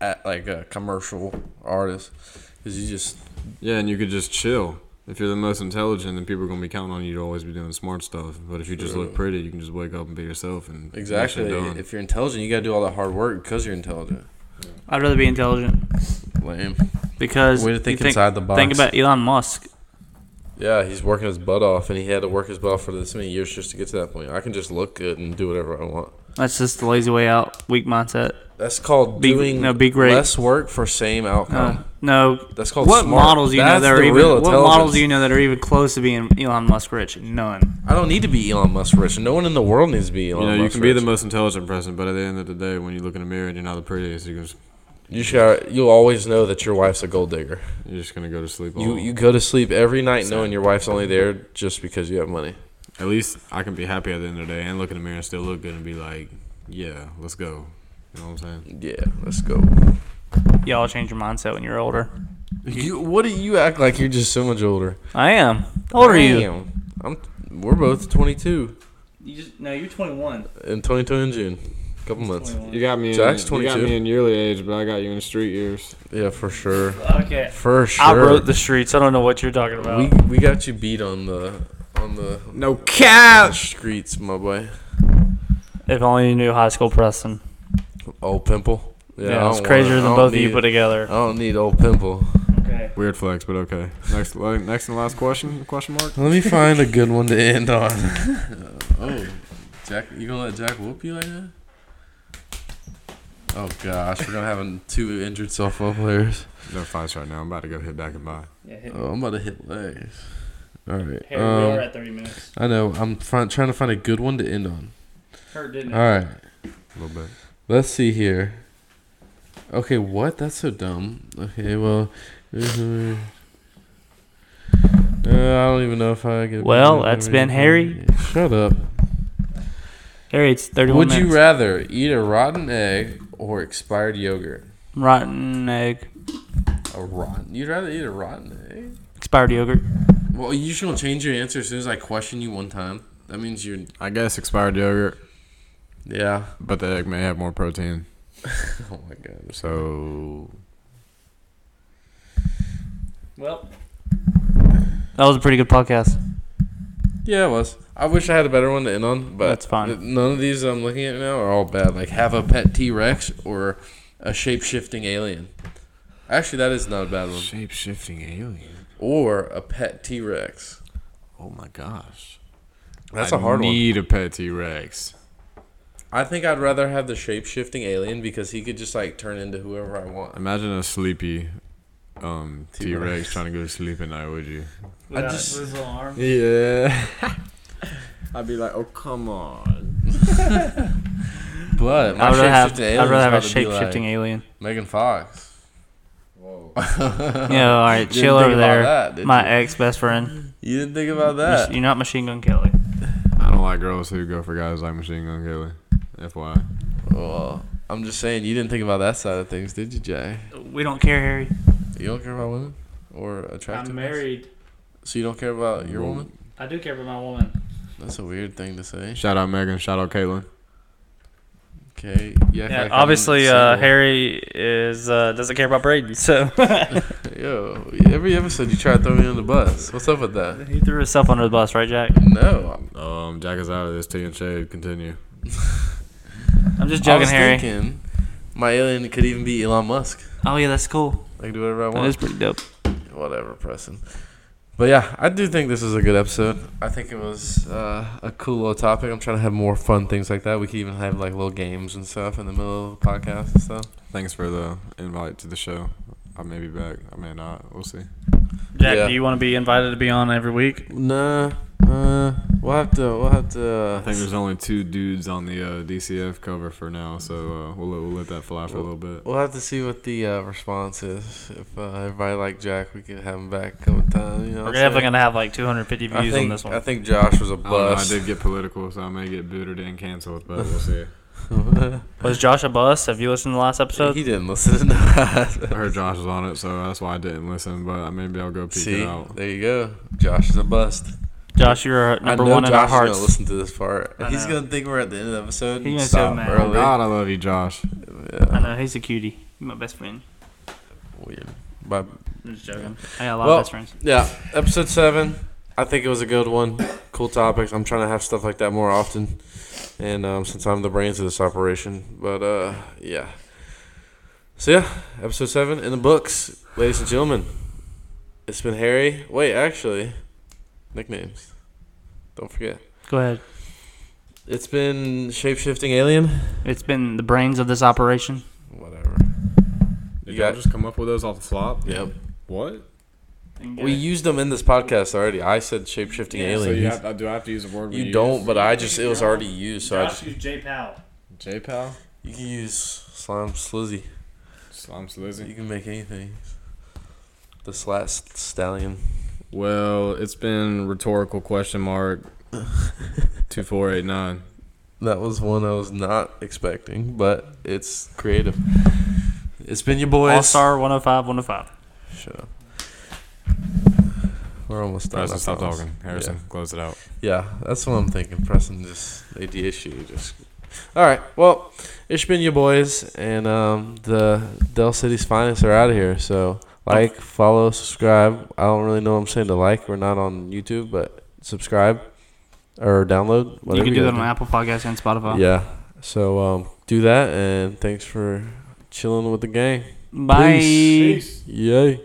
Speaker 1: at like a commercial artist, because you just
Speaker 3: Yeah, and you could just chill. If you're the most intelligent, then people are gonna be counting on you to always be doing smart stuff. But if you just look
Speaker 1: True.
Speaker 3: pretty, you can just wake up and be yourself and get shit
Speaker 1: exactly.
Speaker 3: done.
Speaker 1: If you're intelligent, you gotta do all that hard work because you're intelligent.
Speaker 2: I'd rather be intelligent
Speaker 1: Lame.
Speaker 2: because
Speaker 1: Way to
Speaker 2: you
Speaker 1: think inside the box.
Speaker 2: Think about Elon Musk.
Speaker 1: Yeah, he's working his butt off, and he had to work his butt off for this many years just to get to that point. I can just look good and do whatever I want.
Speaker 2: That's just the lazy way out, weak mindset.
Speaker 1: That's called
Speaker 2: Be-
Speaker 1: doing
Speaker 2: no, be great.
Speaker 1: less work for same outcome.
Speaker 2: Uh, no,
Speaker 1: That's called
Speaker 2: what
Speaker 1: Oh, smart.
Speaker 2: models do you know
Speaker 1: That's
Speaker 2: that are
Speaker 1: the
Speaker 2: even
Speaker 1: real
Speaker 2: what models
Speaker 1: intelligence.
Speaker 2: do you know that are even close to being Elon Musk rich? None.
Speaker 1: I don't need to be Elon Musk rich. No one in the world needs to be Elon.
Speaker 3: you know, you
Speaker 1: Musk
Speaker 3: can be the
Speaker 1: rich.
Speaker 3: most intelligent person, but at the end of the day, when you look in the mirror and you're not the prettiest, you're just,
Speaker 1: You should. You'll always know that your wife's a gold digger.
Speaker 3: you're just gonna go to sleep.
Speaker 1: You
Speaker 3: all-
Speaker 1: you go to sleep every night knowing your wife's only there just because you have money.
Speaker 3: At least I can be happy at the end of the day and look in the mirror and still look good and be like, yeah, let's go. You know what I'm saying?
Speaker 1: Yeah, let's go.
Speaker 2: Y'all change your mindset when you're older.
Speaker 1: You, what do you act like? You're just so much older.
Speaker 2: I am. How old are you?
Speaker 1: Damn. I'm. We're both 22
Speaker 2: you just, no, you're 21.
Speaker 1: in 2020 in June. Couple months.
Speaker 3: You got me. In,
Speaker 1: Jack's
Speaker 3: you got
Speaker 1: 22.
Speaker 3: me in yearly age, but I got you in street years.
Speaker 1: Yeah, for sure.
Speaker 2: Okay.
Speaker 1: For sure.
Speaker 2: I wrote the streets. I don't know what you're talking about.
Speaker 1: We we got you beat on the on the
Speaker 3: No
Speaker 1: on the
Speaker 3: cap.
Speaker 1: streets, my boy.
Speaker 2: if only you knew high school Preston.
Speaker 1: Old pimple.
Speaker 2: Yeah,
Speaker 1: I
Speaker 2: it's
Speaker 1: don't wanna-
Speaker 2: crazier
Speaker 1: I
Speaker 2: than
Speaker 1: don't
Speaker 2: both of you
Speaker 1: need- Uh,
Speaker 2: put
Speaker 1: I
Speaker 2: together.
Speaker 1: don't need old pimple.
Speaker 2: Okay.
Speaker 3: Weird flex, but okay. Next, like, next and last question? Question mark.
Speaker 1: Let me find a good one to end on. *laughs* oh, Jack, you gonna let Jack whoop you like that? Oh gosh, we're gonna have two injured softball players.
Speaker 3: No fights right now. I'm about to go hit back and buy.
Speaker 2: Yeah, hit,
Speaker 1: Oh, I'm about to hit legs. All right.
Speaker 2: Harry, we
Speaker 1: um,
Speaker 2: are at 30 minutes.
Speaker 1: I know. I'm fin- trying to find a good one to end on.
Speaker 2: Hurt, didn't it?
Speaker 1: All right.
Speaker 3: A little bit.
Speaker 1: Let's see here. Okay, what? That's so dumb. Okay, well, *laughs* uh, I don't even know if I get.
Speaker 2: Well, that's been Harry.
Speaker 1: Shut up.
Speaker 2: Harry, it's 31
Speaker 1: Would
Speaker 2: minutes.
Speaker 1: you rather eat a rotten egg or expired yogurt?
Speaker 2: Rotten egg.
Speaker 1: A rotten. You'd rather eat a rotten egg?
Speaker 2: Expired yogurt.
Speaker 1: Well, you just gonna change your answer as soon as I question you one time. That means you're.
Speaker 3: I guess expired yogurt,
Speaker 1: Yeah. *laughs*
Speaker 3: but the egg may have more protein.
Speaker 1: Oh my god.
Speaker 3: So
Speaker 2: Well. That was a pretty good podcast.
Speaker 1: Yeah, it was. I wish I had a better one to end on, but
Speaker 2: That's fine.
Speaker 1: th- None of these I'm looking at now are all bad. Like have a pet T Rex or a shape shifting alien. Actually, that is not a bad one.
Speaker 3: shape shifting alien.
Speaker 1: Or a pet T Rex.
Speaker 3: Oh my gosh.
Speaker 1: That's
Speaker 3: a
Speaker 1: a hard one.
Speaker 3: Need a pet T Rex.
Speaker 1: I think I'd rather have the shape shifting alien because he could just like turn into whoever I want.
Speaker 3: Imagine a sleepy um T
Speaker 1: T-Rex.
Speaker 3: Rex trying to go to sleep at night, would you?
Speaker 1: I just-
Speaker 2: arm.
Speaker 3: Yeah. *laughs* I'd be like, oh come on.
Speaker 1: *laughs* But
Speaker 2: I'd rather have, I'd rather have a shape shifting
Speaker 1: alien.
Speaker 2: alien.
Speaker 1: *laughs* Megan Fox.
Speaker 3: Whoa.
Speaker 2: Yeah, all right,
Speaker 1: You
Speaker 2: chill
Speaker 1: didn't think
Speaker 2: over
Speaker 1: about
Speaker 2: there.
Speaker 1: that, did
Speaker 2: my
Speaker 1: you?
Speaker 2: ex best friend.
Speaker 1: You didn't think about
Speaker 2: Mich-
Speaker 1: that.
Speaker 2: You're not Machine Gun Kelly.
Speaker 3: I don't like girls who go for guys like Machine Gun Kelly. FYI.
Speaker 1: Well, I'm just saying you didn't think about that side of things, did you, Jay?
Speaker 2: We don't care, Harry.
Speaker 1: You don't care about women or attractive.
Speaker 2: married.
Speaker 1: So you don't care about your
Speaker 3: Well-
Speaker 1: woman?
Speaker 2: I do care about my woman.
Speaker 1: That's a weird thing to say.
Speaker 3: Shout out Megan, shout out Caitlin.
Speaker 1: Okay. Yeah.
Speaker 2: Yeah, obviously, uh, Harry is uh, doesn't care about Braden, so
Speaker 1: *laughs*
Speaker 2: *laughs*
Speaker 1: Yo, every episode you try to throw me on the bus. What's up with that?
Speaker 2: he threw himself under the bus, right, Jack?
Speaker 1: No.
Speaker 3: Um, Jack is out of this tea and shade. Continue.
Speaker 2: I'm just
Speaker 1: I
Speaker 2: joking,
Speaker 1: was
Speaker 2: Harry.
Speaker 1: thinking my alien could even be Elon Musk.
Speaker 2: Oh yeah, that's cool.
Speaker 1: I can do whatever I
Speaker 2: That is
Speaker 1: want.
Speaker 2: pretty dope.
Speaker 1: Whatever, Preston. But yeah, I do think this is a good episode. I think it was uh, a cool little topic. I'm trying to have more fun things like that. We could even have like little games and stuff in the middle of the podcast and stuff.
Speaker 3: Thanks for the invite to the show. I may be back. I may not. We'll see.
Speaker 2: Jack,
Speaker 1: Yeah.
Speaker 2: do you want to be invited to be on every week?
Speaker 1: Nah, uh, we'll have to, we'll have to.
Speaker 3: I think there's only two dudes on the uh, DCF cover for now, so uh, we'll, let- we'll let that fly for a little bit.
Speaker 1: We'll have to see what the uh, response is. If uh, everybody like Jack, we could have him back a couple times. You know
Speaker 2: We're
Speaker 1: what I'm
Speaker 2: definitely
Speaker 1: saying?
Speaker 2: gonna have like 250
Speaker 1: I
Speaker 2: views
Speaker 1: think,
Speaker 2: on this
Speaker 1: I
Speaker 2: one.
Speaker 1: think Josh was a
Speaker 3: I, don't know, I
Speaker 1: bust. *laughs*
Speaker 3: did get political, so I may get booted and canceled, but we'll see.
Speaker 2: Was Josh a bust? Have you listened to the last episode?
Speaker 1: he didn't listen to that.
Speaker 3: I heard Josh was on it, so that's why I didn't listen, but uh, maybe I'll go
Speaker 1: *laughs*
Speaker 3: peek
Speaker 1: See,
Speaker 3: it out.
Speaker 1: there you go. Josh is a bust.
Speaker 2: Josh, you're our number
Speaker 1: I know
Speaker 2: one
Speaker 1: Josh
Speaker 2: in our
Speaker 1: is gonna
Speaker 2: hearts.
Speaker 1: listen to this part.
Speaker 2: I
Speaker 1: He's
Speaker 2: know.
Speaker 1: gonna think we're at the end of the episode.
Speaker 2: He's
Speaker 1: and
Speaker 2: gonna
Speaker 1: stop
Speaker 2: feel mad.
Speaker 3: Oh,
Speaker 1: early.
Speaker 3: God, I love you, Josh.
Speaker 2: I
Speaker 1: Yeah.
Speaker 2: know he's a cutie. He's my best friend.
Speaker 1: Weird. But
Speaker 2: I'm just joking. I got a lot
Speaker 1: Well-
Speaker 2: of best friends.
Speaker 1: yeah, episode seven. I think it was a good one. Cool topics. I'm trying to have stuff like that more often. And um, since I'm the brains of this operation, but uh, yeah. So yeah, episode seven in the books, ladies and gentlemen. It's been Harry. Wait, actually, nicknames. Don't forget.
Speaker 2: Go ahead.
Speaker 1: It's been shapeshifting alien.
Speaker 2: It's been the brains of this operation.
Speaker 1: Whatever.
Speaker 3: Did
Speaker 1: You got-
Speaker 3: y'all just come up with those off the flop?
Speaker 1: Yep.
Speaker 3: What?
Speaker 1: We used them in this podcast already. I said shapeshifting
Speaker 2: Yeah,
Speaker 1: alien.
Speaker 3: So you
Speaker 1: You,
Speaker 3: have, uh, do I have to use a word? we
Speaker 1: don't,
Speaker 3: use?
Speaker 1: but I just it was already used, so I just
Speaker 2: used J Powell.
Speaker 3: J-Pal?
Speaker 1: you can use slime slizzy.
Speaker 3: Slime
Speaker 1: You
Speaker 3: Slizzy.
Speaker 1: can make anything. The slat st- stallion.
Speaker 3: Well, it's been rhetorical question mark
Speaker 1: *laughs*
Speaker 3: 2489.
Speaker 1: That was one I was not expecting, but it's creative. It's been your boys.
Speaker 2: oh All Star 105, 105.
Speaker 1: Shut up. We're almost done.
Speaker 3: Harrison,
Speaker 1: I
Speaker 3: stop
Speaker 1: promise.
Speaker 3: talking. Harrison, close it out.
Speaker 1: Yeah, that's what I'm thinking. Pressing just ADHD. Just all right. Well, it's been your boys, and um, the Dell City's finest are out of here. So like, follow, subscribe. I don't really know what I'm saying to like. We're not on YouTube, but subscribe or download.
Speaker 2: You
Speaker 1: whatever
Speaker 2: can do that
Speaker 1: gotta
Speaker 2: on Apple Podcasts and Spotify.
Speaker 1: Yeah. So um, do that, and thanks for chilling with the gang.
Speaker 2: Bye.
Speaker 1: Yay.